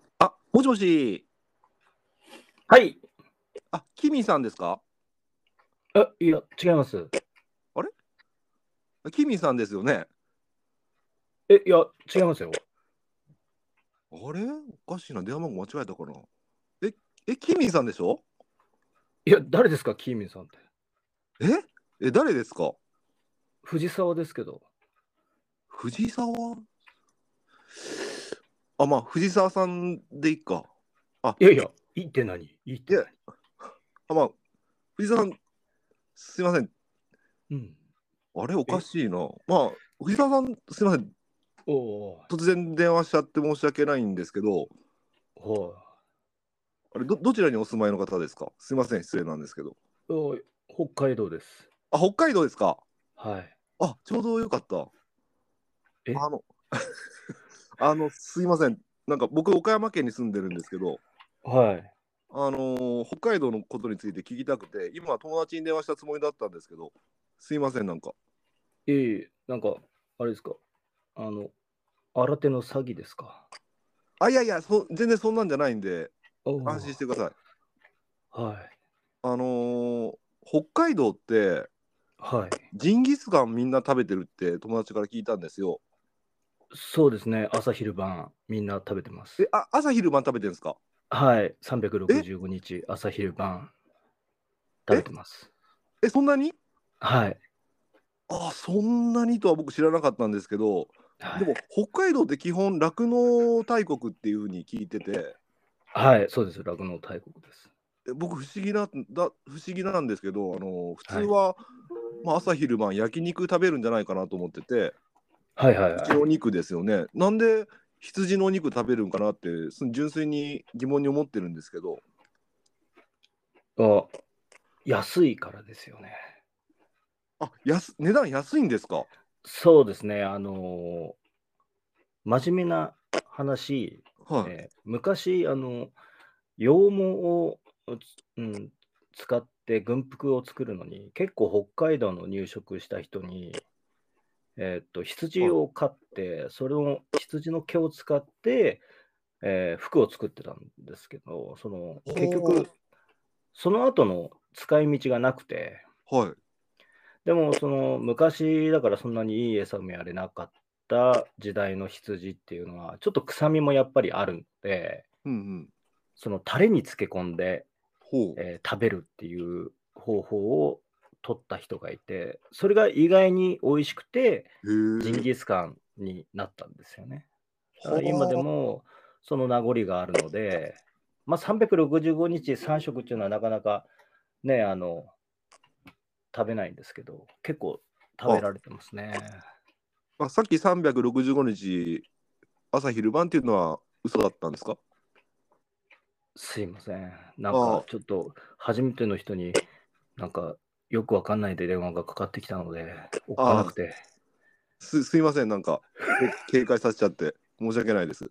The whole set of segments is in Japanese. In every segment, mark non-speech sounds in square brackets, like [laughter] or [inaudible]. しもし、はい。あ、キミさんですかあ、いや、違います。キミさんですよね。え、いや、違いますよ。あれおかしいな、電話番号間違えたかな。え、え、キミさんでしょいや、誰ですか、キーミンさんって。ええ、誰ですか藤沢ですけど。藤沢あ、まあ、藤沢さんでいいか。いやいや、いいって何いいって何あ、まあ、藤沢さん、すいません。うん。あれおかしいな。まあ、藤沢さん、すいません。おお突然電話しちゃって申し訳ないんですけど、おあれどどちらにお住まいの方ですかすいません、失礼なんですけど。い。おい、北海道です。あ、北海道ですかはい。あ、ちょうどよかった。えあの、 [laughs] あの、すいません。なんか僕、岡山県に住んでるんですけど、はい。あのー北海道のことについて聞きたくて、今、友達に電話したつもりだったんですけど、すいません、なんか。ええ、なんか、あれですか。あの、新手の詐欺ですか。あ、いやいや、そ全然そんなんじゃないんで、おー安心してください。はい。あのー北海道って、はい。ジンギスカンみんな食べてるって友達から聞いたんですよ。そうですね。朝昼晩、みんな食べてまえす。、あ朝昼晩食べてるんですかはい。365日、朝昼晩、食べてます。え、そんなにはい。あ、そんなにとは僕知らなかったんですけど、はいでも北海道って基本酪農大国っていうふうに聞いててはい、そうです。酪農大国です。え僕不思議なだ不思議なんですけどあの普通は、まあ、朝昼晩焼肉食べるんじゃないかなと思っててはいはいはうちのお肉ですよねなんで羊のお肉食べるんかなってす純粋に疑問に思ってるんですけどい。あ安いからですよね。あ安値段安いんですかそうですね。あのー真面目な話、はい、えー昔、あの、羊毛を、うん、使って軍服を作るのに、結構北海道の入植した人に、えーっと、羊を飼って、それを羊の毛を使って、えー服を作ってたんですけど、その、結ほう局、その後の使い道がなくて、はいでもその昔だからそんなにいい餌もやれなかった時代の羊っていうのはちょっと臭みもやっぱりあるのでうんうんそのタレに漬け込んで、ほうえー食べるっていう方法を取った人がいてそれが意外に美味しくてジンへえギスカンになったんですよね。だかはあら今でもその名残があるので、まあ、365日3食っていうのはなかなかねあの食べないんですけど結構食べられてますね。あさっき365日朝昼晩っていうのは嘘だったんですかすいません。なんあかちょっと初めての人になんかよくわかんないで電話がかかってきたので、おっかなくて。すすいませんなんかけ警 [laughs] 戒させちゃって申し訳ないです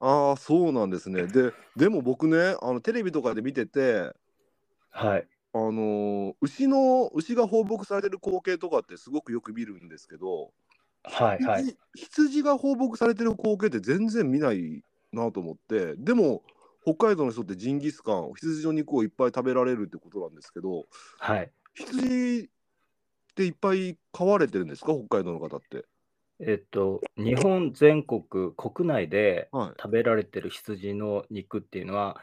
ああそうなんですねででも僕ねあのテレビとかで見ててはい。あのー牛の牛が放牧されてる光景とかってすごくよく見るんですけど、はいはい。羊羊が放牧されてる光景って全然見ないなと思ってでも北海道の人ってジンギスカン羊の肉をいっぱい食べられるってことなんですけどはい。羊っていっぱい飼われてるんですか北海道の方って。えっと、日本全国国内ではい、食べられてる羊の肉っていうのは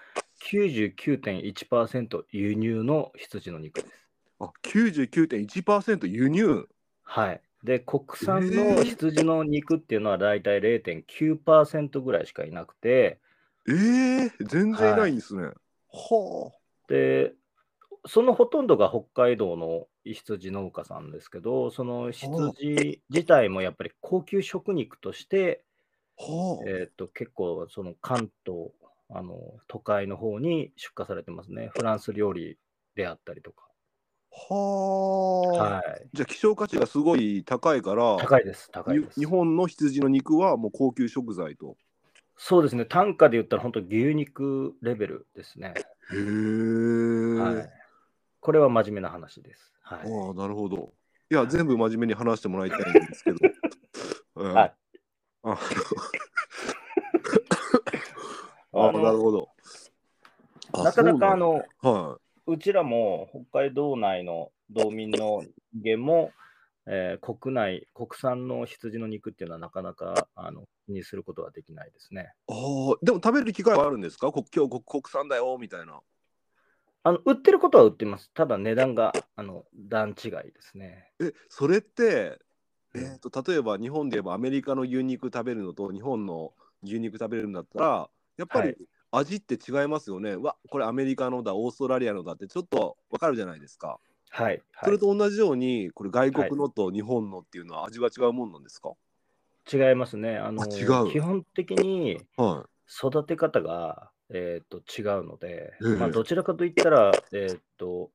99.1%輸入の羊の肉です。あ99.1%輸入はい。で、国産えのー羊の肉っていうのは大体0.9%ぐらいしかいなくて、ええ全然いないんですね。はで、そのほとんどが北海道の羊農家さんですけど、その羊自体もやっぱり高級食肉として、あ、はあ、えーっと、結構その関東、あの都会の方に出荷されてますね。フランス料理であったりとか。はあ、はい。じゃあ希少価値がすごい高いから高いです、高いにです日。本の羊の肉はもう高級食材と。そうですね、単価で言ったら本当牛肉レベルですね。へえ、はい、これは真面目な話です。はあい、あなるほど。いや全部真面目に話してもらいたいんです [laughs] けど。うんはいあのあああのなるほど。あなかなかあ、そのうなんだはうちらも北海道内の道民の人間も、えー国内、国産の羊の肉っていうのはなかなかあの気にすることはできないですね。い。あーでも食べる機会はあるんですかこ今日こ国産だよみたいな。あの売ってることは売ってます。ただ値段があの段違いですね。えそれって、うんえー、と例えば日本で言えばアメリカの牛肉食べるのと日本の牛肉食べるんだったらやっぱはりい味って違いますよね。わこれアメリカのだオーストラリアのだってちょっとわかるじゃないですか。はい。そはれい、と同じようにこれ外国のと日本のっていうのは味は違うもんなんですか、違いますね。あのあ違う基本的には育て方が、えー、と違うので、ええまあ、どちらかといったら、えー、と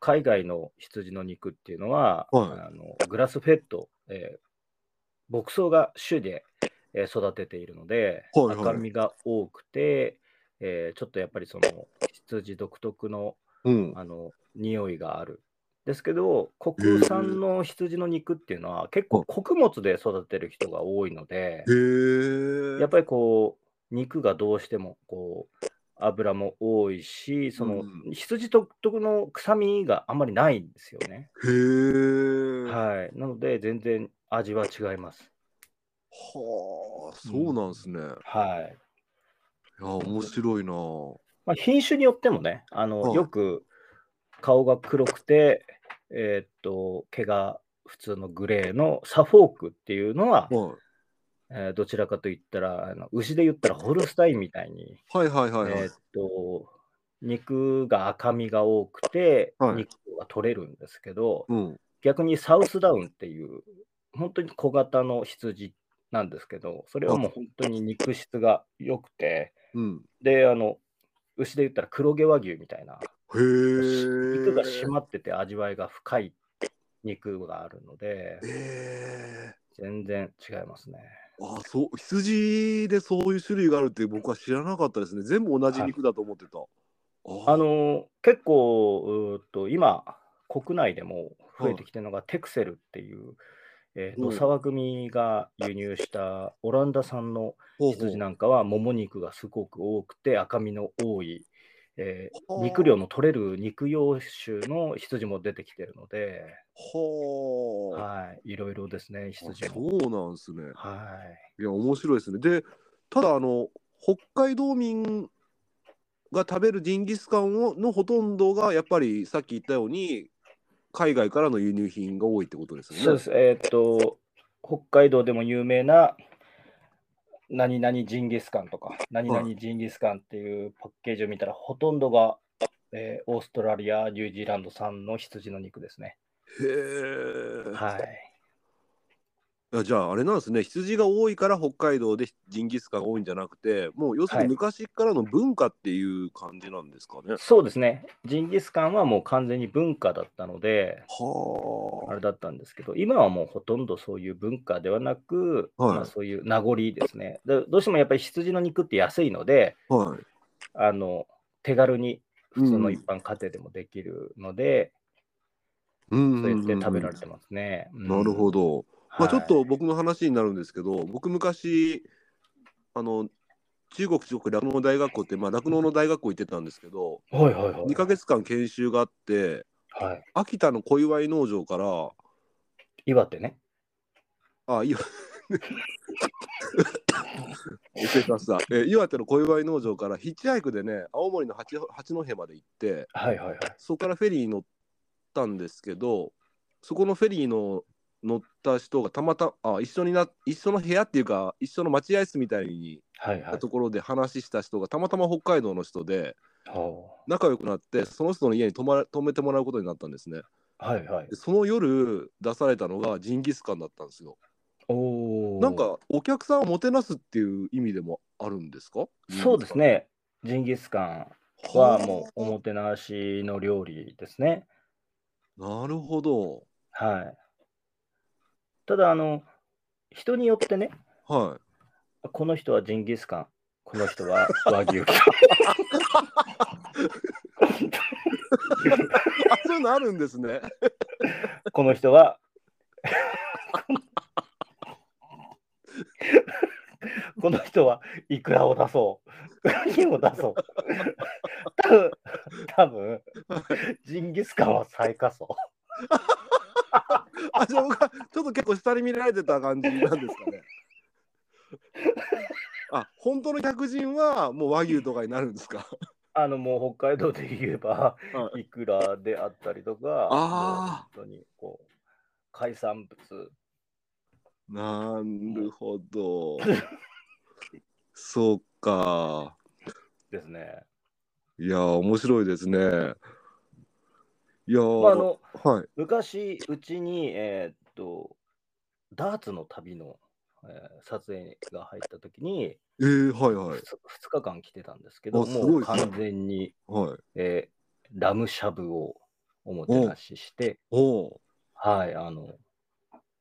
海外の羊の肉っていうのは、はあのグラスフェッド、えー牧草が主で、えー育てているので、はいはい赤身が多くて、えーちょっとやっぱりその羊独特のい。うん。あの匂いがある。ですけど国産の羊の肉っていうのは結構穀物で育てる人が多いので、へえ。やっぱりこう肉がどうしてもこう油も多いしその、う羊独特の臭みがあんまりないんですよね。へえ。ははい、なので全然味は違います。あ、そうなんですね。いはいや、面白いな。まあ、品種によってもねあの、はいよく顔が黒くて、えーっと毛が普通のグレーのサフォークっていうのは、はえーどちらかといったらあの牛で言ったらホルスタインみたいにい。はいはいはいはい。えーっと肉が赤身が多くて、はい肉が取れるんですけど、うん。逆にサウスダウンっていう、本当に小型の羊なんですけど、それはもう本当に肉質が良くて、うん。で、あの、牛で言ったら黒毛和牛みたいな、へ肉がえ締。まってて味わいが深い肉があるので、ええ。全然違いますね。あ、そう、羊でそういう種類があるって僕は知らなかったですね。全部同じ肉だと思ってた。ああのー結構うーっと今国内でも増えてきてるのが、テクセルっていう、えーとうん沢組が輸入したオランダ産のほうほう羊なんかはもも肉がすごく多くて赤身の多い、えーはあ肉量の取れる肉用種の羊も出てきてるので、はあ。はい、いろいろですねあ羊も。そうなんですね。はいや面白いですね。でただあの北海道民が食べるジンギスカンをのほとんどがやっぱりさっき言ったように海外からの輸入品が多いってことですい、よね。そうです、えーっと北海道でも有名な何々ジンギスカンとか、何々ジンギスカンっていうパッケージを見たら、ほとんどが、えーオーストラリア、ニュージーランド産の羊の肉ですね。へえ。はい。いやじゃああれなんですね羊が多いから北海道でジンギスカンが多いんじゃなくてもう要するにはい昔からの文化っていう感じなんですかね。そうですね。ジンギスカンはもう完全に文化だったので、あはれだったんですけど、今はもうほとんどそういう文化ではなく、はいまあ、そういう名残ですね。でどうしてもやっぱり羊の肉って安いので、あ。はい。あの手軽に普通うのん一般家庭でもできるので、うんそうやって食べられた。てますね。なるほど。ど。まあ、ちょっはいと僕の話になるんですけど、僕昔あの中国中国酪農大学校ってまあ酪農の大学校行ってたんですけどはいはいはい。 2ヶ月間研修があってはい。秋田の小祝農場から岩手ね。あいや失礼しましたえ岩手の小祝農場からヒッチハイクでね青森の八八戸まで行ってはいはいはい。そこからフェリーに乗ったんですけどそこのフェリーの乗った人がたまたまあ一緒にな一緒の部屋っていうか一緒の待合室みたいにはいは。ないところで話した人がたまたま北海道の人では仲良くなってその人の家に泊ま泊めてもらうことになったんですねあはいはいで。その夜出されたのがジンギスカンだったんですよおお。なんかお客さんをもてなすっていう意味でもあるんですかそうですね。ジンギスカンはもうおもてなしの料理ですね。なるほどはい。ただあの人によってね、はこの人はジンギスカン、この人は和牛。い [laughs] あそういうのあるんですねこの人はこの人はイクラを出そう何を出そう。多分、多分、ジンギスカンは最下層。あ、じゃあ僕はちょっと結構下に見られてた感じなんですか [laughs] ね。あ、本当の客人はもう和牛とかになるんですか。あの、もう北海道で言えばは、いくらであったりとか、あもう本当に、こう、海産物。なるほ [laughs] ど。そうか。ですね。いやー、面白いですね。いやー、まあ、あのはい。昔うちに、えーっとダーツの旅の、えー撮影が入った時にえー、はいは 2, い。日間来てたんですけどあすもごいう完全に、はい。えーラムしゃぶをおもてなしして、おーはいあの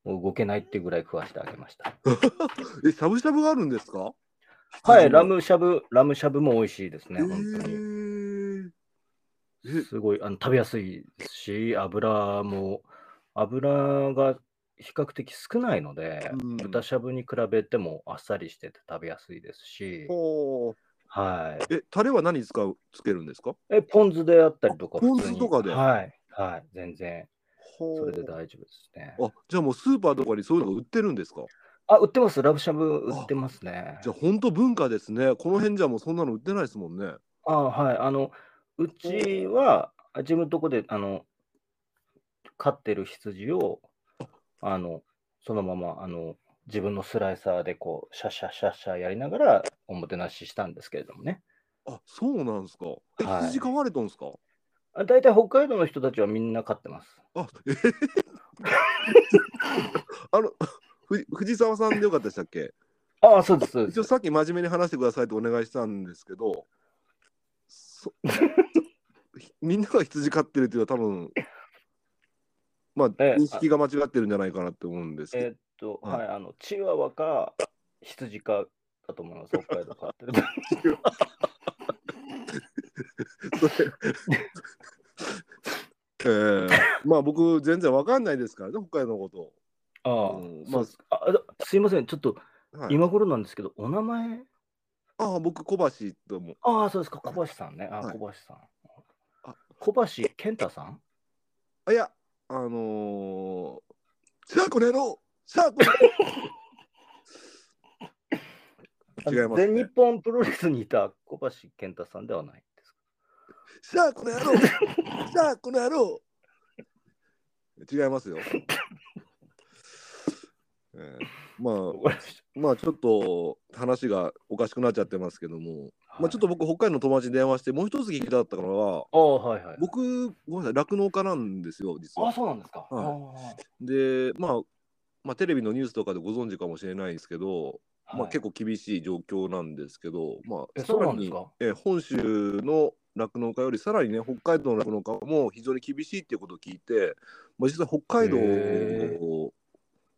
もう動けないってぐらい食わしてあげましたえ、しゃぶしゃぶがあるんですかはいラ。ムしゃぶラムしゃぶも美味しいですえね本当にー、えすごいあの食べやすいですし油も油が比較的少ないので、うん豚しゃぶに比べてもあっさりしてて食べやすいですし、ほーはい、え、タレは何使うつけるんですかえポン酢であったりとかあポン普通に酢とかではい、はい、全然ほーそれで大丈夫ですねあ、じゃあもうスーパーとかにそういうのが売ってるんですかあ売ってますラブしゃぶ売ってますねじゃあ本当文化ですね。この辺じゃもうそんなの売ってないですもんね。あはいあのうちはあ自分のとこであの飼ってる羊をあのそのままあの自分のスライサーでこうシャッシャッシャッシャッやりながらおもてなししたんですけれどもねあ、そうなんですか。え、はい羊飼われたんですかあ大体北海道の人たちはみんな飼ってますあ、え [laughs] へへあの、ふ藤沢さんでよかったでしたっけああそうですそうで一応すさっき真面目に話してくださいってお願いしたんですけど、そ [laughs] みんなが羊飼ってるっていうのは多分、まあ、ええ認識が間違ってるんじゃないかなって思うんですけどえーっとはいはいあのチワワか羊かだと思います北海道飼 [laughs] ってるそれ [laughs] えー、まあ僕全然わかんないですからね北海道のこああ、うんそうですああすいませんちょっとと、はい、今頃なんですけどお名前ああ僕小橋ともああ、そうですか、小橋さんね。あーはい小橋さんあ。小橋健太さんあいやあのー、シャークの野郎シャークの [laughs] 野郎違います、全日ね、本プロレスにいた小橋健太さんではないですか。シャークの野郎シャークの野郎違いますよ、えー、まあわかりましまあちょっと話がおかしくなっちゃってますけどもたまあ、ちょっと。僕、北海道の友達に電話して、もう一つ聞きたかったのは、ああ、はいはい。僕、ごめんなさい、酪農家なんですよ、実ああ、は。そうなんですか。はいあで、まあ、まあ、テレビのニュースとかでご存知かもしれないですけど、あまあ、結構。構厳しい状況なんですけど、まあ、え、さそうらなんですに、か。えー本州の酪農家よりさらにね、北海道の酪農家も非常に厳しいっていうことを聞いて、まあ、実は北海道へ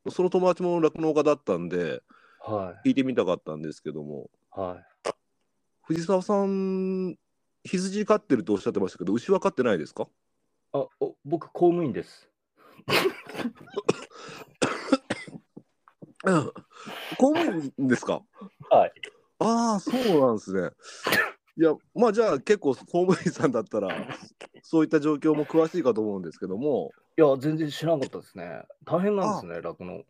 その友達も酪農家だったんで、は聞いてみたかったんですけども、い。はい。藤沢さん羊飼ってるとおっしゃってましたけど牛は飼ってないですかあ、お僕、公務員です。公務員ですかはい。ああそうなんですねいやまあじゃあ結構公務員さんだったらそういった状況も詳しいかと思うんですけどもいや、全然知らなかったですね。大変なんですね、酪農。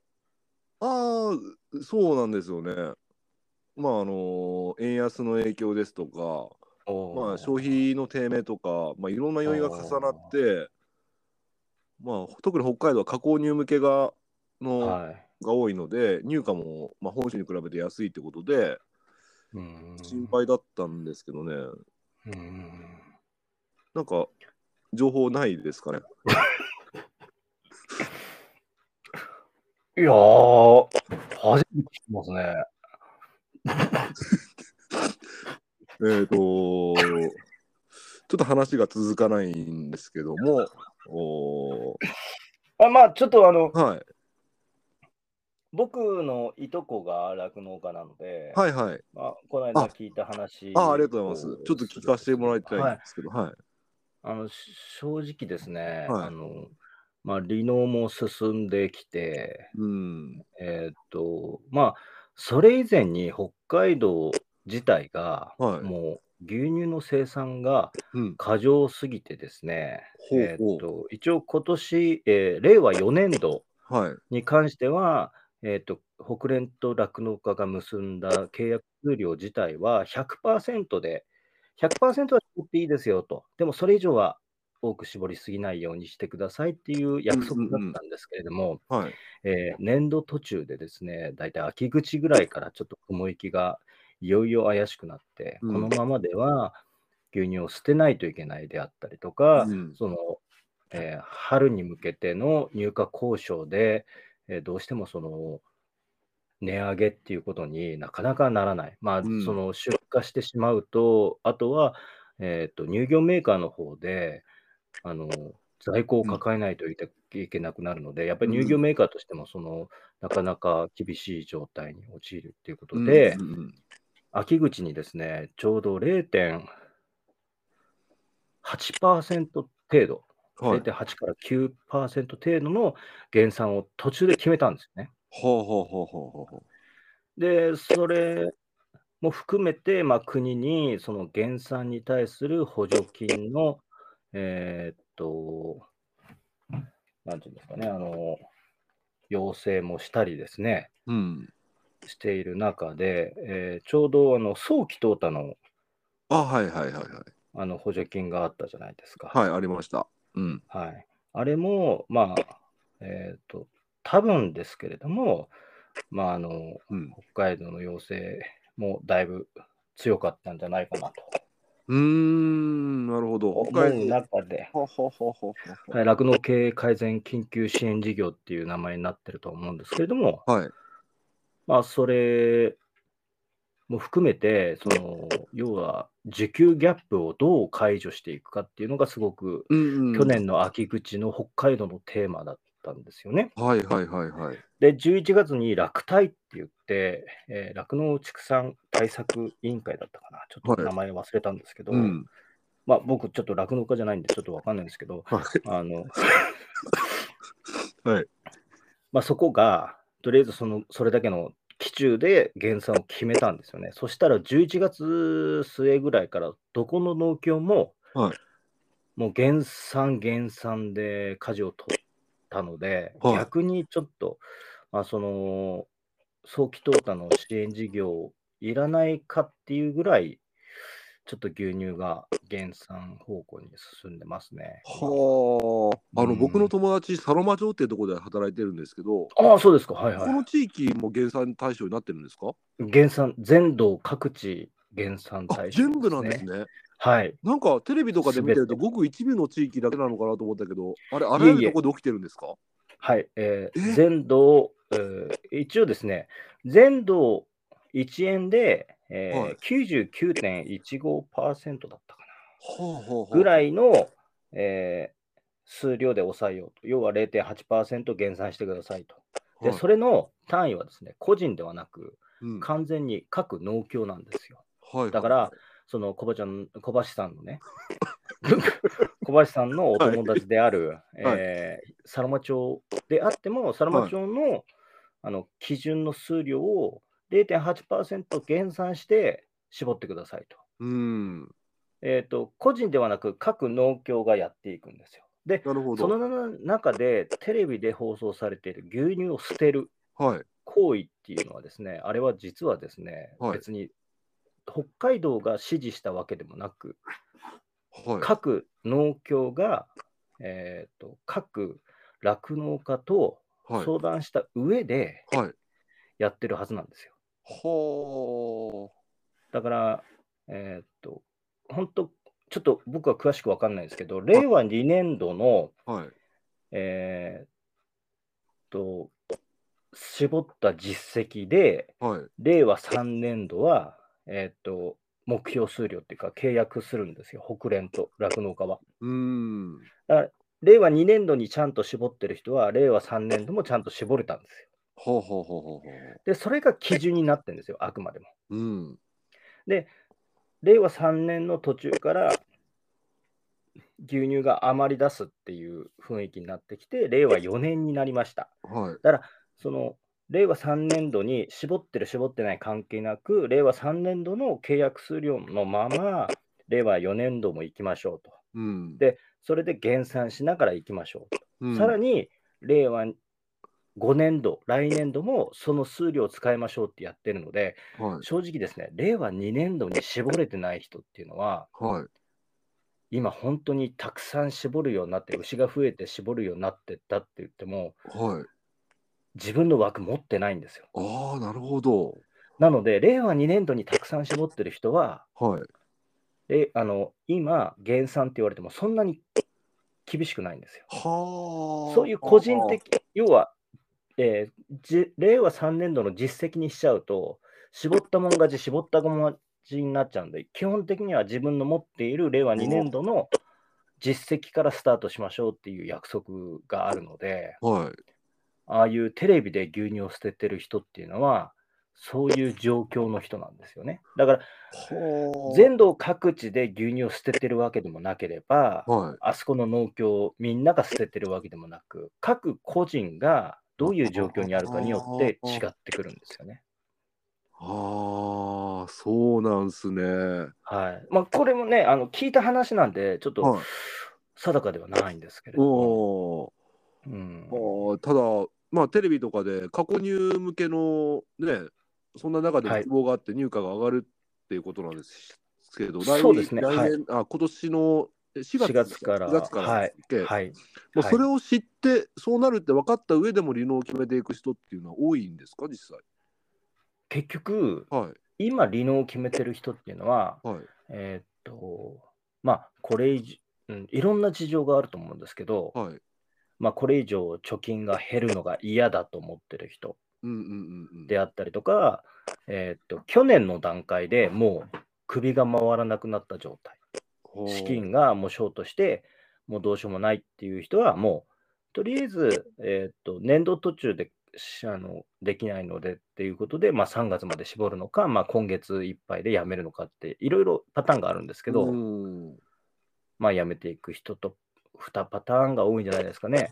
ああそうなんですよねまああの円安の影響ですとかおーまあ、消。費の低迷とか、まあ、いろんな要因が重なって、まあ、特に北海道は加工乳向けがの、はい。が多いので入荷も、まあ、本州に比べて安いってことでうん心。配だったんですけどね、うんなんか情報ないですかねいやー、初めて聞きますね。えっ、とちょっと話が続かないんですけどもおーあ、まあ、ちょっとあの、はい僕のいとこが酪農家なので、はいはいまあ、この間あ聞いた話あありがとうございますをちょっと聞かせてもらいたいんはですけどはい、あのし正直ですね、はいあのまあ、離農も進んできて、うんえーっとまあ、それ以前に北海道自体が、はいもう牛乳の生産がうん。過剰すぎてですね、ほうえほうーっと一応今年、えー令和4年度はい。に関しては、えーっと北連と酪農家が結んだ契約数量自体は100%で、100%は絞っていいですよと、でもそれ以上は多く絞りすぎないようにしてくださいっていう約束だったんですけれども、はい。えー年度途中でですね、大体秋口ぐらいからちょっと雲行きがいよいよ怪しくなって、うんこのままでは牛乳を捨てないといけないであったりとか、うんそのえー春に向けての入荷交渉で、えーどうしてもその値上げっていうことになかなかならない、まあ、うんその出荷してしまうと、あとは、えー、と乳業メーカーの方であの在庫を抱えないといけいけなくなるので、やっぱり乳業メーカーとしてもその、なかなか厳しい状態に陥るっていうことで、うんうんうん秋口にですね、ちょうど0.8%程度、はい。は0.8から9%程度の減産を途中で決めたんですよね。あはあはあはあはあ。で、それも含めて、まあ、国にその減産に対する補助金の、えーっと、なんていうんですかね、あの、要請もしたりですね、うん。している中で、えーちょうどあの早期淘汰のあ、はいはいはいはい。あの補助金があったじゃないですか。はい、ありました。うん。はい、あれも、まあ、えっ、と、多分ですけれども、まあ、あの、うん。北海道の要請もだいぶ強かったんじゃないかなとうーん、なるほど。思北う海道。中で、ほほほほはい酪農経営改善緊急支援事業っていう名前になってると思うんですけれども、ほ。はい。まあ、それも含めて、その、要は、需給ギャップをどう解除していくかっていうのがすごくうん、うん。去。年の秋口の北海道のテーマだったんですよね。はいはいはいはい。で、11月に落体って言って、えー酪農畜産対策委員会だったかな、ちょっはとい名前忘れたんですけど、うん。まあ、僕、ちょっと酪農家じゃないんで、ちょっとわかんないんですけど、は [laughs] あの [laughs] はいまあそこが、とりあえずそのそれだけの基中で減産を決めたんですよね。そしたら11月末ぐらいから、どこの農協も、はいもう減産減産で舵を取ったので、はい逆にちょっと、まあ、その早期淘汰の支援事業いらないかっていうぐらい、ちょっと牛乳が減産方向に進んでますね。はあ。あの、うん僕の友達、サロマ町っていうところで働いてるんですけど、ああ、そうですか。はいこはの地域も減産対象になってるんですか、い。減産、全道各地減産あ対象、全部なんです。ね。はい。なんかテレビとかで見てると、全てごく一部の地域だけなのかなと思ったけど、あれ、あらゆいえいえるところで起きてるんですかはい。えーえ全道、えー一応ですね、全道1円で、えーはい99.15%だったはあかはあはあな。ぐらい。いの、えー数量で抑えようと。要は0.8%減産してくださいと。で、それ、れの単位はですね、個人ではなく、うん完全に各農協なんですよ。はいだから、その小橋ちゃん小橋さんのね、 [laughs] 小橋さんのお友達である、はいえーサロマ町であっても、サロマ町の,、あの基準の数量を0.8%減算して絞ってくださいと。うん、えっ、と、個人ではなく各農協がやっていくんですよ。で、なるほそど。の中でテレビで放送されている牛乳を捨てるはい。行為っていうのはですね、あれは実はですね、はい別に北海道が指示したわけでもなく、はい。各農協が、えー、と各酪農家とはい。相談した上ではい。やってるはずなんですよ。はだから、えー、と本当、ちょっと僕は詳しく分かんないですけど、令和2年度の、あ。はい。えー、と絞った実績で、はい。令和3年度は、えー、と目標数量っていうか、契約するんですよ、北連と酪農家は。うーん。令和2年度にちゃんと絞ってる人は、令和3年度もちゃんと絞れたんですよ。はあはあはあはあはあ。で、それが基準になってるんですよ、あくまでも。うん。令和3年の途中から、牛乳が余り出すっていう雰囲気になってきて、令和4年になりました。はい。その令和3年度に絞ってる絞ってない関係なく、令和3年度の契約数量のまま、令和4年度も行きましょうと。うんでそれで減産しながら行きましょう。うんさらに、令和5年度、来年度もその数量を使いましょうってやってるので、はい正直ですね、令和2年度に絞れてない人っていうのは、はい今本当にたくさん絞るようになって、牛が増えて絞るようになってったって言っても、はい自分の枠持ってないんですよ。ああなるほどなので、令和2年度にたくさん絞ってる人は、はいえあの今、減産って言われても、そんなに厳しくないんですよ。はあそういう個人的、要は、えーじ令和3年度の実績にしちゃうと、絞ったもん勝ち、絞ったもん勝ちになっちゃうんで、基本的には自分の持っている令和2年度の実績からスタートしましょうっていう約束があるので、はいああいうテレビで牛乳を捨ててる人っていうのは、そういう状況の人なんですよね。だから、はあ全土各地で牛乳を捨ててるわけでもなければ、はいあそこの農協みんなが捨ててるわけでもなく、各個人がどういう状況にあるかによって違ってくるんですよね。ああそうなんすねはいまあ、これもね、あの聞いた話なんで、ちょっとはい定かではないんですけれども、おうんお、あーただまあテレビとかで過去入向けのねそんな中ではい希望があって入荷が上がるっていうことなんですけど、来そうですね来年、あ今年のえ4月4月から4月からはいですっけはいもうはいそれを知って、そうなるって分かった上でも離農を決めていく人っていうのは多いんですか実際結局、はい今、離農を決めてる人っていうのは、はいえーっとまあ、これ以上、うん、いろんな事情があると思うんですけど、はいまあ、これ以上貯金が減るのが嫌だと思ってる人。うんうんうんうんであったりとか、えーっと去年の段階でもう首が回らなくなった状態、ほう資金がもうショートして、もうどうしようもないっていう人は、もうとりあえず、えーっと年度途中でしあのできないのでっていうことで、まあ、3月まで絞るのか、まあ、今月いっぱいでやめるのかって、いろいろパターンがあるんですけど、うんまあ、やめていく人と2パターンが多いんじゃないですかね。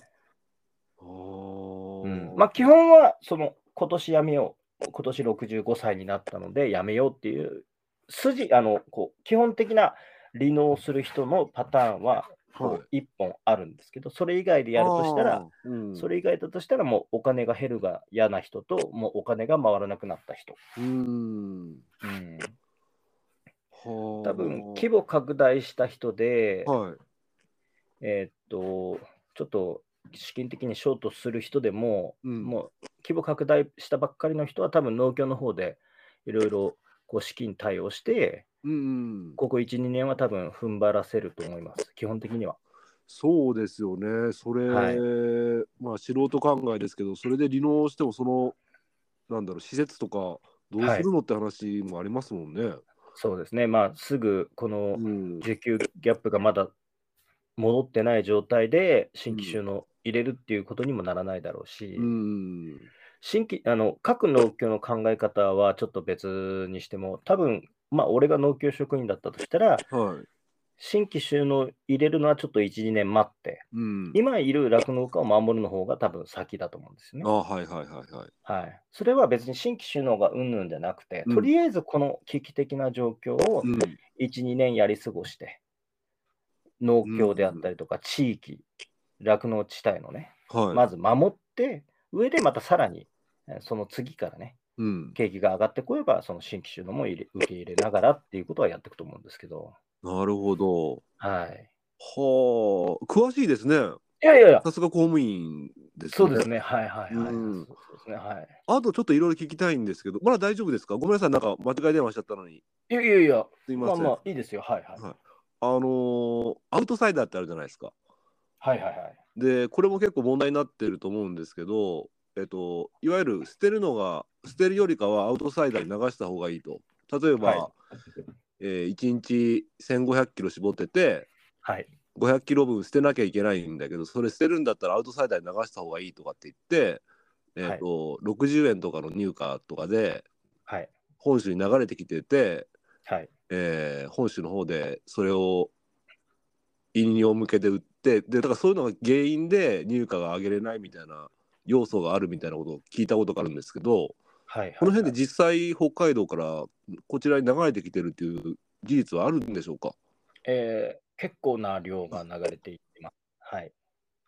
あーうんまあ、基本はその今年やめよう、今年65歳になったのでやめようっていう筋、あのこう基本的な離農する人のパターンははい1本あるんですけど、それ以外でやるとしたら、、あーうん、それ以外だとしたら、もうお金が減るが嫌な人と、もうお金が回らなくなった人。うんうん、多多分規模拡大した人で、はいえーっと、ちょっと資金的にショートする人でも、うんもう規模拡大したばっかりの人は、多分農協の方でいろいろこう資金対応して、うん、ここ1、2年は多分踏ん張らせると思います、基本的には。そうですよねそれ、はいまあ素人考えですけどそれで離農してもそのなんだろう施設とかどうするのって話もありますもんね。そうですね、まあ、すぐこのうん需給ギャップがまだ戻ってない状態で、新規収納入れるっていうことにもならないだろうし。うん新規あの各農協の考え方はちょっと別にしても、多分まあ、俺が農協職員だったとしたら、はい新規収納入れるのはちょっと1、2年待って、うん、今いる酪農家を守るの方が多分先だと思うんですよあはね。いはいはいはい。はい、それは別に新規収納がうんぬんじゃなくて、うんとりあえずこの危機的な状況をうん1、2年やり過ごして、農協であったりとか地域、酪農地帯のね、はいまず守って、上でまたさらに、えーその次からね、うん、景気が上がってこれば、その新規収納も入れ受け入れながらっていうことはやっていくと思うんですけど、なるほど。はい。はあ詳しいですね。いやいやいや、さすが公務員ですそうですね、はいはいはい。うんそうそうですね、はい。あとちょっといろいろ聞きたいんですけど、まだ大丈夫ですかごめんなさい、なんか間違い電話しちゃったのに。いやいやいや、すいままあせん。まあいいですよ、はいはい。はいあのーアウトサイダーってあるじゃないですか。はいはいはい。で、これも結構問題になってると思うんですけど、えっと、いわゆる捨てるのが、捨てるよりかはアウトサイダーに流した方がいいと。例えば、はいえ1日1500キロ絞ってて、はい、 500キロ分捨てなきゃいけないんだけど、それ捨てるんだったらアウトサイダーに流した方がいいとかって言って、えっと、60円とかの入荷とかで、はい、本州に流れてきてて、はい、えー本州の方でそれを飲料向けで売ってでだからそういうのが原因で入荷が上げれないみたいな要素があるみたいなことを聞いたことがあるんですけど、はいはい。この辺で実際北海道からこちらに流れてきてるっていう事実はあるんでしょうかえー結構な量が流れていってます。はい。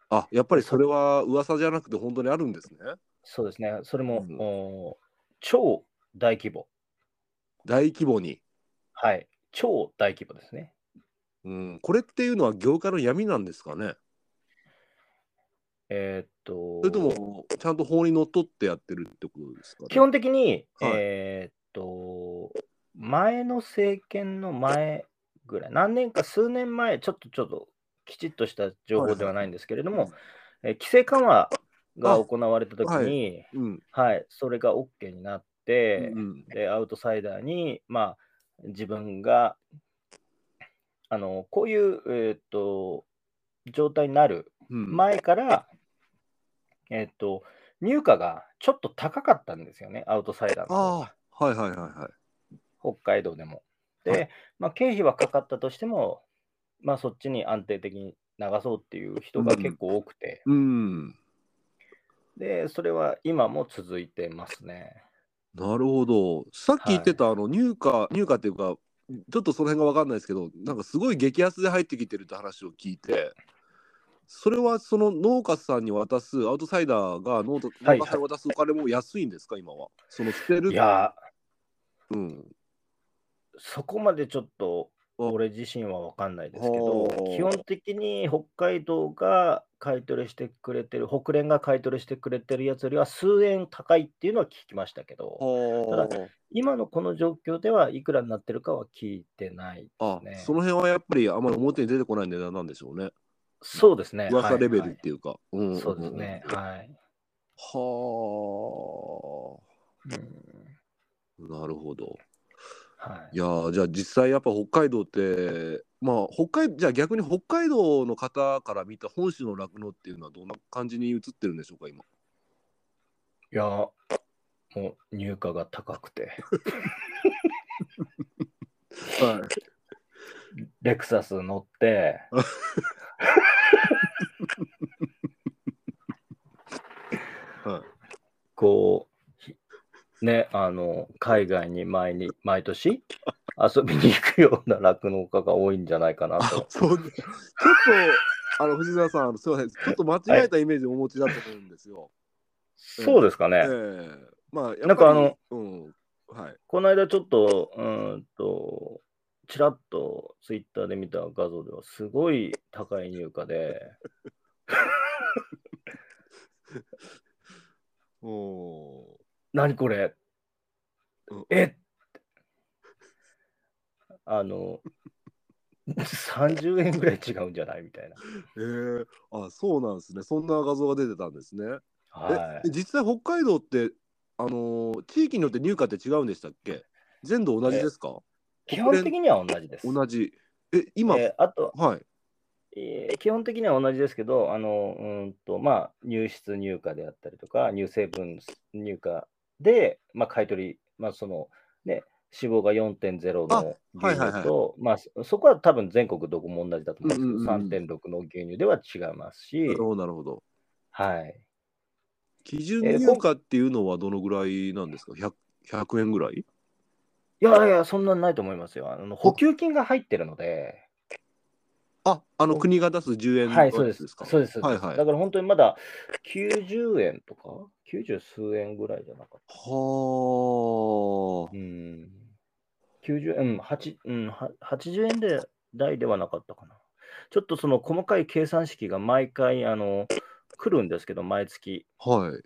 あやっぱりそれは噂じゃなくて本当にあるんですねそうですね。それも、うんおー超大規模。大規模に、はい。超大規模ですね。うん、これっていうのは業界の闇なんですかねえーっと、それともちゃんと法にのっとってやってるってことですかね基本的に、はいえーっと、前の政権の前ぐらい、何年か数年前、ちょっとちょっときちっとした情報ではないんですけれども、えー規制緩和が行われたときに、うん、はい、それが OK になって、うんでアウトサイダーに、まあ、自分があのこういう、えーっと状態になるうん前から、えーっと入荷がちょっと高かったんですよね、アウトサイダーの方がああはいはいはいはい北海道でも。はで、まあ、経費はかかったとしても、まあ、そっちに安定的に流そうっていう人が結構多くて、うんでそれは今も続いてますね。なるほどさっき言ってた、あの入荷入荷っていうかちょっとその辺が分かんないですけどなんかすごい激安で入ってきてるって話を聞いてそれはその農家さんに渡すアウトサイダーが農家はい農家さんに渡すお金も安いんですか、今はその捨てるいやうんー、そこまでちょっとお俺自身は分かんないですけほど、う基本的に北海道が買い取りしてくれてる、北連が買い取りしてくれてるやつよりは数円高いっていうのは聞きましたけど、は今のこの状況ではいくらになってるかは聞いてない。ああ、ねその辺はやっぱりあまり表に出てこない値段なんでしょうねそうですね。噂レベはいルっていうか、うんはんいそうですね。はい。はうんあなるほどはいやーじゃあ実際やっぱ北海道ってまあ北海じゃあ逆に北海道の方から見た本州の酪農っていうのはどんな感じに映ってるんでしょうか今いや、もう入荷が高くて、はいレクサス乗って、 [laughs] はいこう、ね、あの、海外に毎に毎年遊びに行くような酪農家が多いんじゃないかなあ [laughs] と。そうちょっとあの藤沢さんあのすいませんちょっと間違えたイメージをお持ちだと思うんです [laughs] よ、そうですかね。ええまあやっぱりなんかあのうんはいこの間ちょっと、うーんと、ちらっとツイッターで見た画像では、すごい高い入荷で、お何これうんえっあの、30円ぐらい違うんじゃないみたいな。ええあそうなんですねそんな画像が出てたんですね、はえい。実際北海道ってあのー地域によって入荷って違うんでしたっけ全土同じですか基本的には同じです。同じえ今、えーあと、はいえー基本的には同じですけど、あのうーんとまあ、入室入荷であったりとか、乳成分入荷で、まあ、買い取り、まあそのね、脂肪が4.0あのはい牛はいはい乳と、まあそそこは多分全国どこも同じだと思うんですけど、うんうんうん3.6の牛乳では違いますしなる、ほどなるほどはい、基準えー入荷っていうのはどのぐらいなんですか 100, 100円ぐらいいやいや、そんなんないと思いますよ。あの補給金が入ってるので。ああの国が出す10円のはい、やそうでつす。ですかそうです。はいはいだはから本当にまだ90円とか、90数円ぐらいじゃなかった。ーうん。90円、うん、8うん、は80円で台ではなかったかな。ちょっとその細かい計算式が毎回、あの、来るんですけど、毎月。はい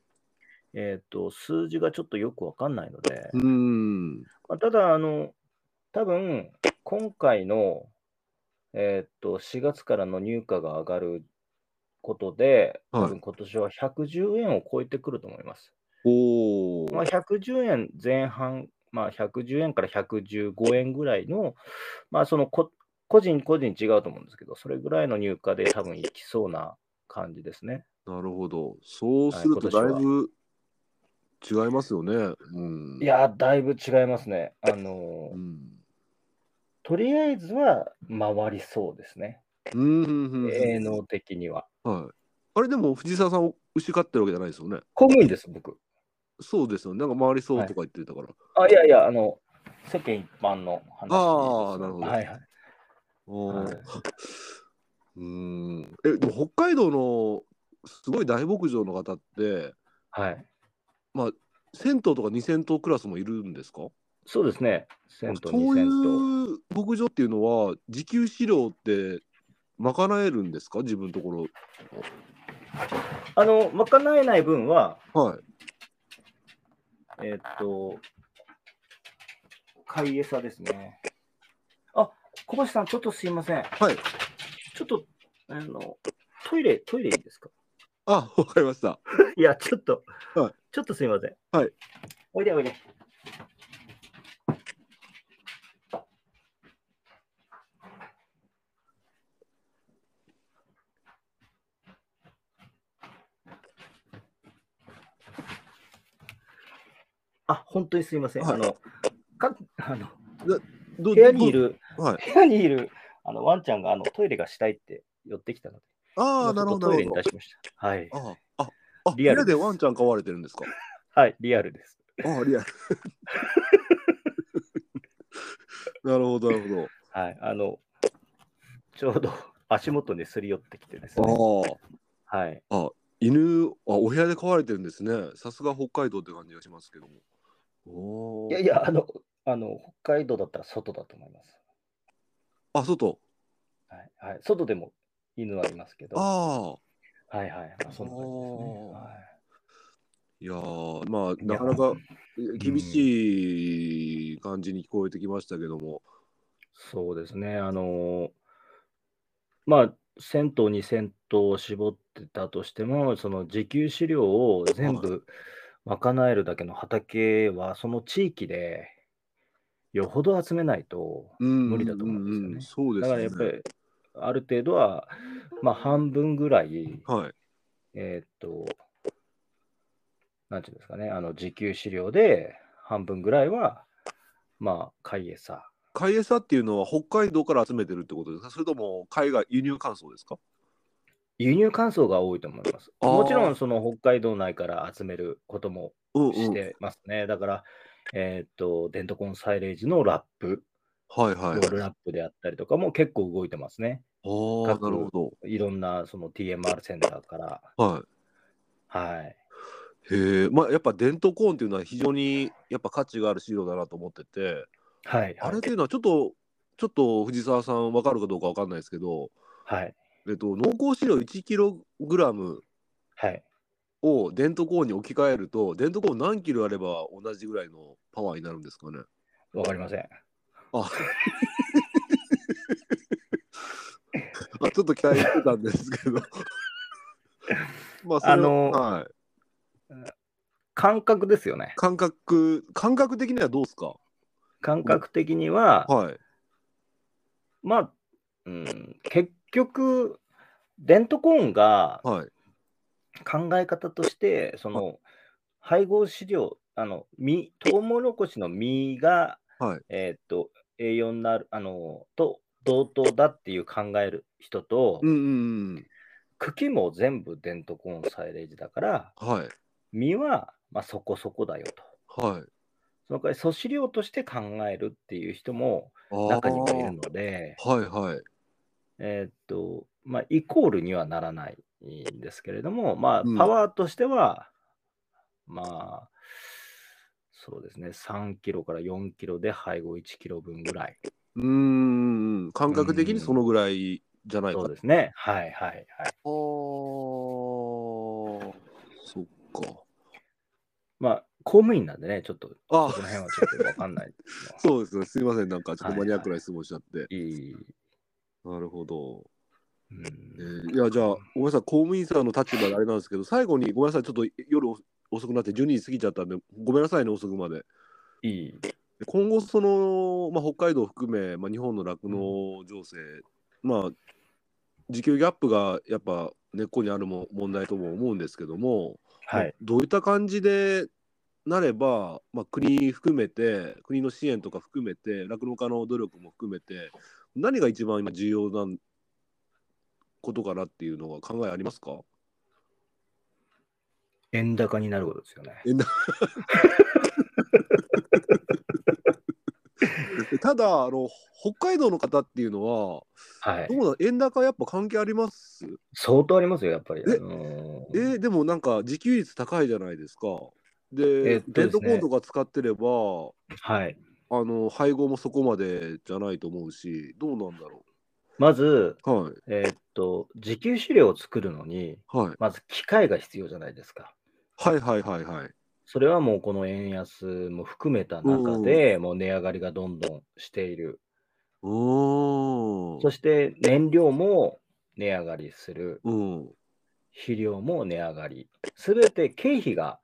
えっ、と、数字がちょっとよくわかんないのでう、ーんまあ、ただ、あの、多分今回の、えっ、と、4月からの入荷が上がることで、はい多分今年は110円を超えてくると思います。おお、まあ、110円前半、まあ、110円から115円ぐらいの、まあ、そのこ個人個人違うと思うんですけど、それぐらいの入荷で多分いきそうな感じですね。なるほどそうするとだいぶ違いますよね、うんいやー、だいぶ違いますね。あのーうんとりあえずは回りそうですね。うんうんうんうん営農的には。はあれでも藤沢さんを牛飼ってるわけじゃないですよね。公務員です、僕。そうですよね。なんか回りそうとか言ってたから。あ、いやいや、あの、世間一般の話です。ああなるほどはいはい。おーはいうーん。え、でも北海道のすごい大牧場の方って、はい。銭湯とか2銭湯クラスもいるんですかそうですね。銭湯、そうい2銭う牧場っていうのは、自給飼料って賄えるんですか自分のところ。湯。あの、賄えない分は、はい。えーっと、買い餌ですね。あ、小橋さん、ちょっとすいません。はい。ちょっと、あの、トイレ、トイレいいですかあ、わかりました。いや、ちょっと、はいちょっとすいません。はい。おいでおいで。あ、本当にすいません。はいあの、かあのど部屋にい。る、どはい。部屋にいるあのワンちゃんがあのトイレがしたいって寄ってきたので、ああ、今なるちょほっど、とトなイるレにほ出しました。はい。ど。あ、あ、あ、リアル部です屋でワンちゃん飼われてるんですかはい、リアルです。ああ、 [laughs] リアル。なるほど、なるほど。はい、あの、ちょうど [laughs] 足元にすり寄ってきてですね。ああ、はい。犬、あ、お部屋で飼われてるんですね。さすが北海道って感じがしますけども。おおいや。いや、あの、あの北海道だったら外だと思います。あ、外。はい。はい、外でも犬はいますけど。はああ。いはい。まあ、そんな感じですね。おーはいいやー、まあ、いやなかなか厳しい感じに聞こえてきましたけども。そうですね。あの、まあ、銭湯に銭湯を絞ってたとしても、その自給飼料を全部賄えるだけの畑は、その地域でよほど集めないと、うん無理だと思うんですよそねうでだすかよらね。やっぱり、ある程度は、まあ、半分ぐらい、はい。えーっと、なんていうんですかね、あの、自給飼料で、半分ぐらいは、まあ、買い餌。買い餌っていうのは北海道から集めてるってことですかそれとも海外輸入乾燥ですか輸入乾燥が多いと思います。あーもちろん、その北海道内から集めることもうんうん。しはいてますね。だから、えーっと、デントコンサイレージのラップ、ロはいー。ルラップであったりとかも結構動いてますね。ああ、なるほいろんな、その TMR センターから。ど。はい。はい。へえ、まあ、やっぱ伝統コーンっていうのは非常にやっぱ価値がある資料だなと思ってて、はい。あれっていうのはちょっと、ちょっと藤沢さん分かるかどうか分かんないですけど、はい。えっと、濃厚資料1キログラムはい。を伝統コーンに置き換えると、伝統コーン何キロあれば同じぐらいのパワーになるんですかね。 [laughs] わかりません。ああちょっと期待してたんですけ [laughs] ど。まあそれはあのはい、感覚ですよね。感覚、感覚的にはどうですか感覚的には、はい。まあ、うん、結局、デントコーンがはい。考え方として、その配合飼料、あの実、トウモロコシの実が、はいえーっと栄養になるあのと同等だっていう考える人と、うんうんうん。茎も全部デントコーンサイレージだから、はい。実は、まあ、そこそこだよと。はい。その代わり、素飼料として考えるっていう人もあー中にはいるので、はいはい。えーっと、まあ、イコールにはならないんですけれども、まあうん、パワーとしては、まあ、そうですね、3キロから4キロで配合1キロ分ぐらい。うーん。感覚的にそのぐらいじゃないかそな。うですね。はいはいはい。あーそっか。まあ、公務員なんでね、ちょっと、そあこら辺はちょっとわかんないですけそうですね。すいません。なんかちょっとマニアックな質問しちゃって。ど。いい。なるほど。うんえーいや、じゃあ、ごめんなさい。公務員さんの立場であれなんですけど、最後にごめんなさい。ちょっと夜遅くなって12時過ぎちゃったんで、ごめんなさいね、遅くまで。いい。今後その、まあ、北海道を含め、まあ、日本の酪農情勢、まあ時給ギャップがやっぱ根っこにあるも問題とも思うんですけども、はい。どういった感じでなれば、まあ、国含めて国の支援とか含めて酪農家の努力も含めて何が一番今重要なことかなっていうのは考えありますか円高になることですよね。ただあの北海道の方っていうのははいど。うだ円高やっぱ関係あります相当ありますよ、やっぱり。えあのえーーでもなんか自給率高いじゃないですか。で、えっとレッですねドコーンとか使ってればはい。あの配合もそこまでじゃないと思うしどうなんだろまず、う。はいえーっと、自給飼料を作るのに、はいまず機械が必要じゃないですか。はいはいはいはい。それはもうこの円安も含めた中で、もう値上がりがどんどんしている。うーそして燃料も値上がりする。ん。うん。肥料も値上がり。すべて経費が、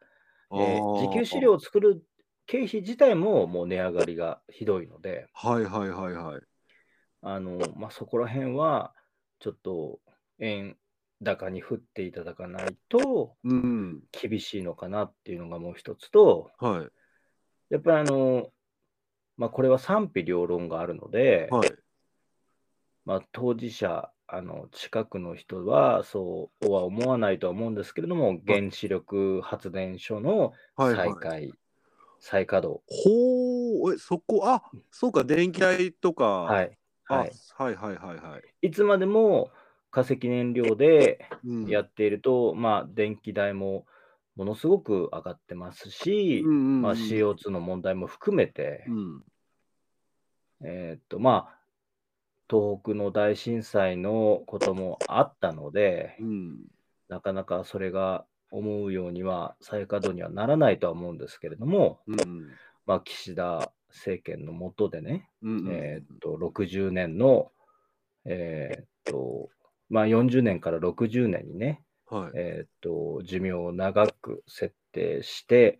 えーあー自給飼料を作る経費自体ももう値上がりがひどいので、はいはいはいはい。あのまあ、そこら辺はちょっと円高に振っていただかないとうん。厳しいのかなっていうのがもう一つと、はやっぱりあの、まあ、これは賛否両論があるので、いはい。まあ、当事者、あの近くの人はそうは思わないとは思うんですけれども、原子力発電所のはいはい再開、再稼働、ほうえそこあそうか電気代とか。。はいいはい、はいはいはいはい。いつまでも化石燃料でうんやっていると、まあ、電気代もものすごく上がってますし、うんうんうんまあ、CO2 の問題も含めて、うん。えーっと、まあ、東北の大震災のこともあったのでう、ん。なかなかそれが思うようには再稼働にはならないとは思うんですけれども、うん。まあ、岸田政権の下でね、うん。えーっと、60年の、えーっと、まあ、40年から60年にね、はい。えーっと、寿命を長く設定して、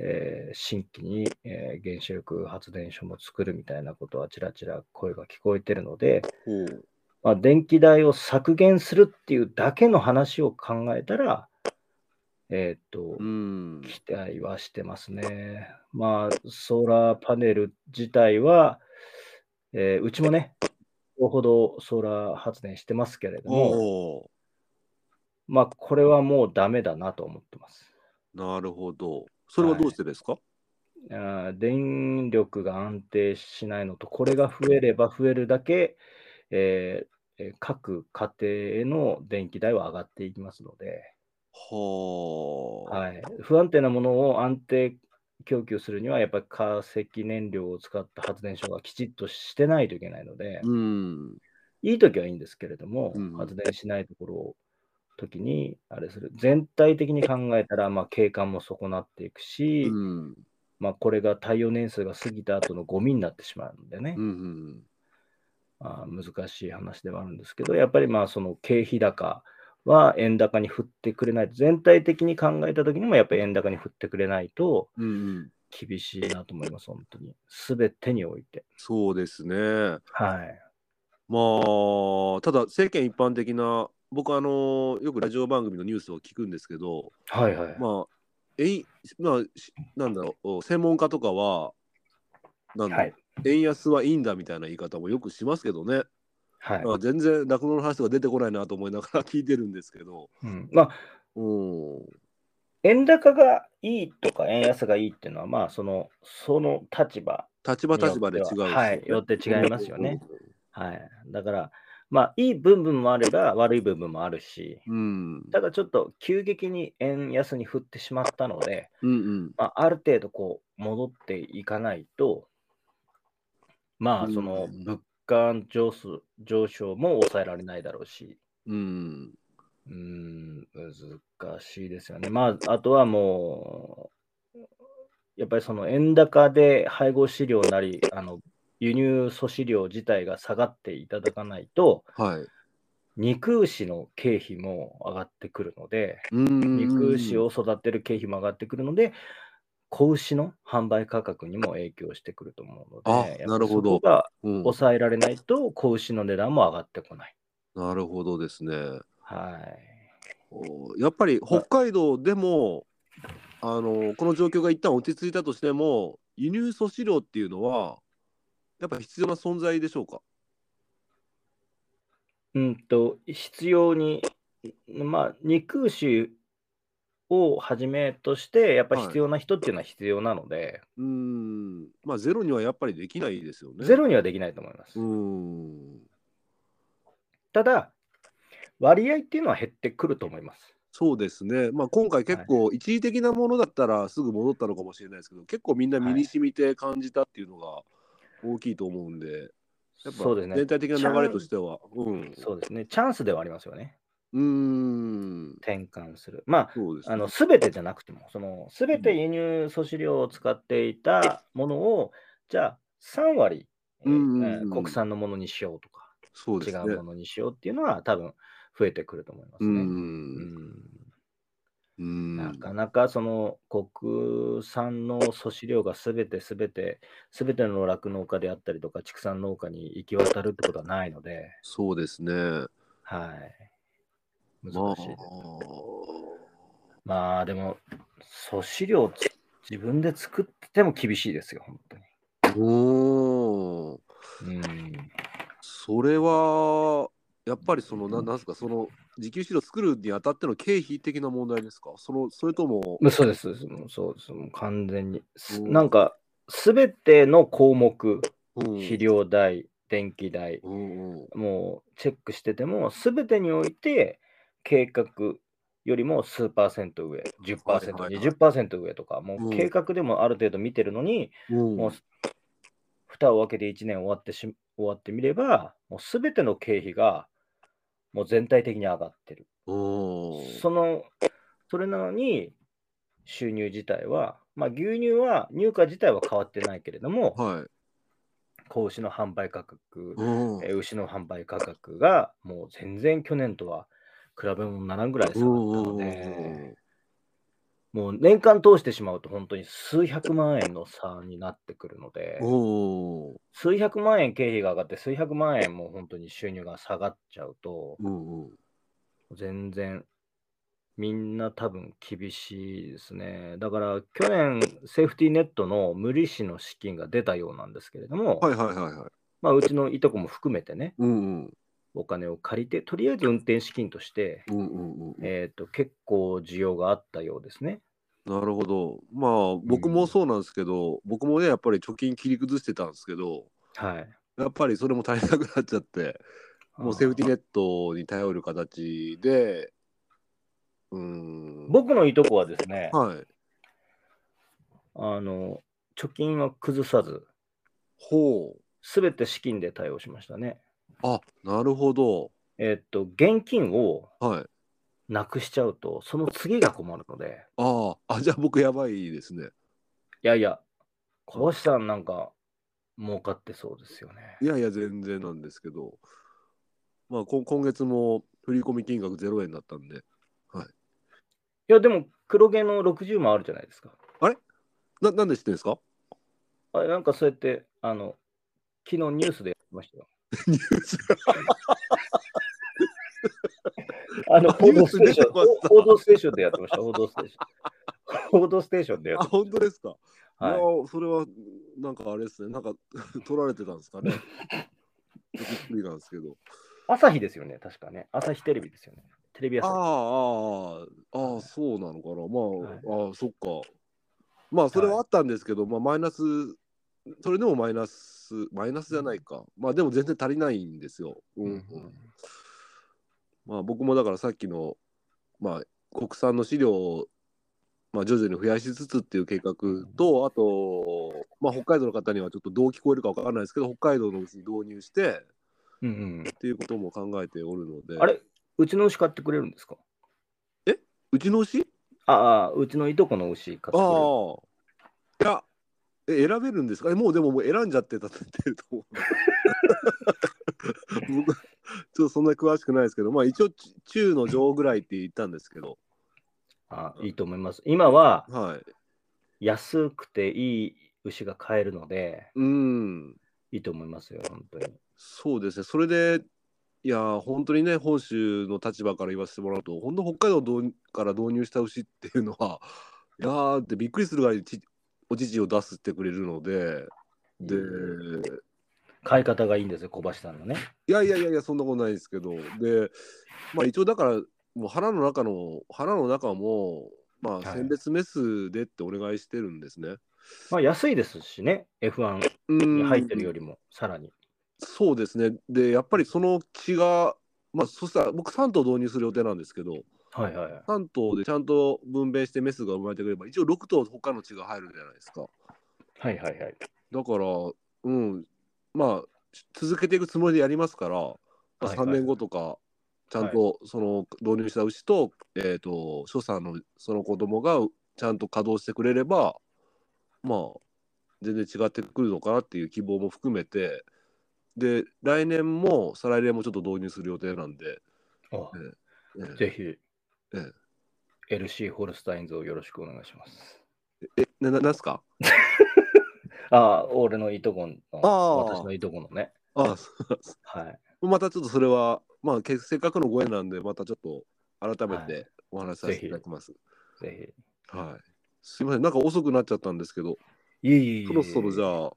えー新規に、えー原子力発電所も作るみたいなことはちらちら声が聞こえてるので、ほうまあ、電気代を削減するっていうだけの話を考えたら、えーっと、うん。期待はしてますね。まあ、ソーラーパネル自体は、えーうちもね、ほほどソーラー発電してますけれども、おおまあ、これはもうダメだなと思ってます。なるほど。それはどうしてですか、あー電力が安定しないのと、これが増えれば増えるだけ、えーえー各家庭への電気代は上がっていきますので、はあ、はい、不安定なものを安定供給するには、やっぱり化石燃料を使った発電所がきちっとしてないといけないので、うん。いいときはいいんですけれども、うん発電しないところを時にあれする、全体的に考えたら、まあ、景観も損なっていくし、うん。まあ、これが耐用年数が過ぎた後のゴミになってしまうんでね、うん。まあ、難しい話ではあるんですけど、やっぱりまあその経費高は円高に振ってくれないと、全体的に考えたときにもやっぱり円高に振ってくれないとうんうん。厳しいなと思います、本当に。すべてにおいて。そうですね。はい。まあ、ただ世間一般的な、僕あの、よくラジオ番組のニュースを聞くんですけど、はいはい。まあ、えい、まあ、しなんだろう、専門家とかは、なんだろう、はい。円安はいいんだみたいな言い方もよくしますけどね。はいまあ全然酪農の話とか出てこないなと思いながら聞いてるんですけど。うん、まあ、うん。円高がいいとか円安がいいっていうのは、まあその、その立場立場立場で違うし、はいよって違いますよね。はい。だから、まあ、いい部分もあれば、悪い部分もあるし、うん。ただちょっと急激に円安に振ってしまったので、うんうん。まあ、ある程度こう戻っていかないと、まうあ、んその物価上昇上昇も抑えられないだろうし、うん。うーん、難しいですよね。まあ、あとはもう、やっぱりその円高で配合飼料なり、あの輸入粗飼料自体が下がっていただかないと、はい。肉牛の経費も上がってくるので、うん。肉牛を育てる経費も上がってくるので、子牛の販売価格にも影響してくると思うので、あやっぱりなるほどそこがうん、抑えられないと、子牛の値段も上がってこない。なるほどですね。はい。おやっぱり北海道でも、あのこの状況が一旦落ち着いたとしても輸入粗飼料っていうのはやっぱ必要な存在でしょうか。うんと、必要に、まあ、肉牛をはじめとして、やっぱ必要な人っていうのは必要なので、うーんまあゼロにはやっぱりできないですよね。ゼロにはできないと思います。うーんただ、割合っていうのは減ってくると思います。そうですね、まあ、今回結構一時的なものだったらすぐ戻ったのかもしれないですけど、結構みんな身に染みて感じたっていうのが大きいと思うんで、やっぱそうですね。全体的な流れとしては。うんそうですね。チャンスではありますよね。うーん転換する。まあ、そうですねあの全てじゃなくても、その全て輸入粗飼料を使っていたものを、じゃあ3割、えーうんうんうんえー国産のものにしようとか、そうです違ね。うものにしようっていうのは多分増えてくると思いますうんね。うんなかなかその国産の粗飼料が全て全て全ての酪農家であったりとか畜産農家に行き渡るってことはないので、そうですね。はい、まあ難しいです。まあでも、粗飼料つ自分で作ってても厳しいですよ、本おー当に。うん。それはやっぱりそのななんですかその自給資料作るにあたっての経費的な問題ですかそのそれともまあ、そうです、もうそうです、もう完全に。すうんなんか、すべての項目、うん肥料代、電気代、うんうんもうチェックしてても、すべてにおいて、計画よりも数パーセント上、10%、はいはいはい20%上とか、もううん計画でもある程度見てるのに、うんもう、蓋を開けて1年終わってし終わってみれば、もうすべての経費が、もう全体的に上がってる。おーその、それなのに、収入自体は、まあ、牛乳は、入荷自体は変わってないけれども、はい子牛の販売価格、うんえー牛の販売価格が、もう全然去年とは比べ物にならんぐらい下がったので、もう年間通してしまうと、本当に数百万円の差になってくるので。おー数百万円経費が上がって、数百万円も本当に収入が下がっちゃうと、うんうん全然、みんな多分厳しいですね。だから、去年、セーフティーネットの無利子の資金が出たようなんですけれども、はいはいはいはいまあ、うちのいとこも含めてね、うんうんお金を借りて、とりあえず運転資金として、うんうんうんえー、と結構需要があったようですね。なるほどまあ僕もそうなんですけど、僕もねやっぱり貯金切り崩してたんですけどはい。やっぱりそれも足りなくなっちゃってもうセーフティーネットに頼る形で、うーん、僕のいとこはですね、はい、あの貯金は崩さず、ほう、すべて資金で対応しましたね。あなるほど、えっと、現金をはい、なくしちゃうと、その次が困るので、ああ、あじゃあ僕やばいですね。いやいや、小橋さんなんか儲かってそうですよね。いやいや、全然なんですけど、まあ、こ今月も振り込み金額0円だったんで、いや、でも黒毛の60万あるじゃないですか。ななんで知ってんですかあなんかそうやって、あの、昨日ニュースでやってま [laughs] したよ。ニュースあの、あ報道ステーショニュース出てン、ました報報道ステーションでやってました、報道ステーション。報道ステーションでやあ、って本当ですか。ました。はいい、や、それは、なんかあれですね、なんか [laughs] 取られてたんですか [laughs] ね。びっくりなんですけど。朝日ですよね、確かね。朝日テレビですよね。テレビ朝日。ああああああそうなのかなまあ、ああそっかまあそれはあったんですけど、まあマイナスそれでもマイナスマイナスじゃないか、まあでも全然足りないんですよ、うんうんまあ僕もだからさっきのまあ国産の資料をまあ徐々に増やしつつっていう計画とあと、まあ、北海道の方にはちょっとどう聞こえるかわからないですけど北海道のうちに導入してうんうんっていうことも考えておるのであれうちの牛買ってくれるんですかうちの牛ああ、うちのいとこの牛買ってくれる。ああ。いや、え選べるんですかえもうでももう選んじゃってたってると思う。僕、ちょっとそんなに詳しくないですけど、まあ一応、ち中の上ぐらいって言ったんですけど、あいいと思います。今ははい。安くていい牛が買えるので、うん、いいと思いますよ、本当に。そうですね。それで、いやー、本当にね、本州の立場から言わせてもらうと、本当北海道どうから導入した牛っていうのは、 [laughs] いやーってびっくりするぐらいちお乳を出すってくれるので、で、買い方がいいんですよ、小橋さんのね。いやいやいやいやそんなことないですけどでまあ一応だからもう腹の中の腹の中もまあ、い選別メスでってお願いしてるんですね。まあ、安いですしね、F1 うんに入ってるよりも、さらに。そうですね。で、やっぱりその気が、まあ、そしたら僕3頭導入する予定なんですけど、はいはいはい。 3頭でちゃんと分娩してメスが生まれてくれば、一応6頭他の血が入るじゃないですか。はいはいはい。だから、うん、まあ、続けていくつもりでやりますから、まあ、はいはい3年後とか、ちゃんとその導入した牛と、えっ、と、所作のその子供がちゃんと稼働してくれれば、まあ、全然違ってくるのかなっていう希望も含めて、で、来年も再来年もちょっと導入する予定なんで、あええぜひ、え LC ホルスタインズをよろしくお願いします。な、ななんすかああ、俺のいとこの、あ私のいとこのね。あ、はい。またちょっとそれは、まあ、けせっかくのご縁なんで、またちょっと改めてお話しさせていただきます。ぜはい。すいません、なんか遅くなっちゃったんですけど、ひ。いえいえいえ。そろそろじゃあ、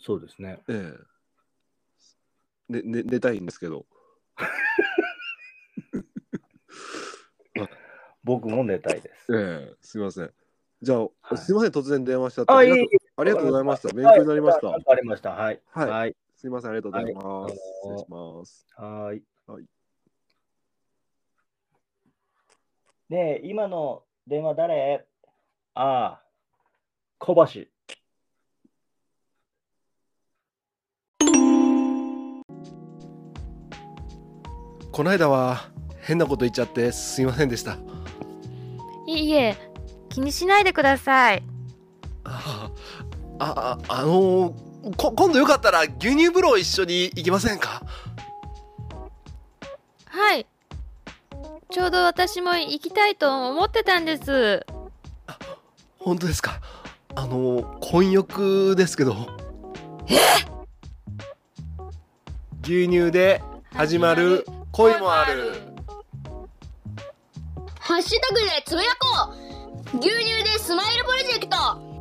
そうですね。ええねね、寝たいんですけど、僕も寝たいです。ええすいません。じゃあ、はいすいません、突然電話しちゃって。あ、いあいりがといい。ありがとうございました。勉強になりました。はいありました。はい。はいはい。すいません、ありがとうございはまいす。失礼します。はいはいねえ、今の電話誰ああ、小橋。この間は変なこと言っちゃってすいませんでしたいいえ、気にしないでください。ああああのーこ今度よかったら牛乳風呂一緒に行きませんかはい。ちょうど私も行きたいと思ってたんです。本当ですかあのー混浴ですけど牛乳で始まる恋もあるハッシュタグでつぶやこう牛乳でスマイルプロジェクト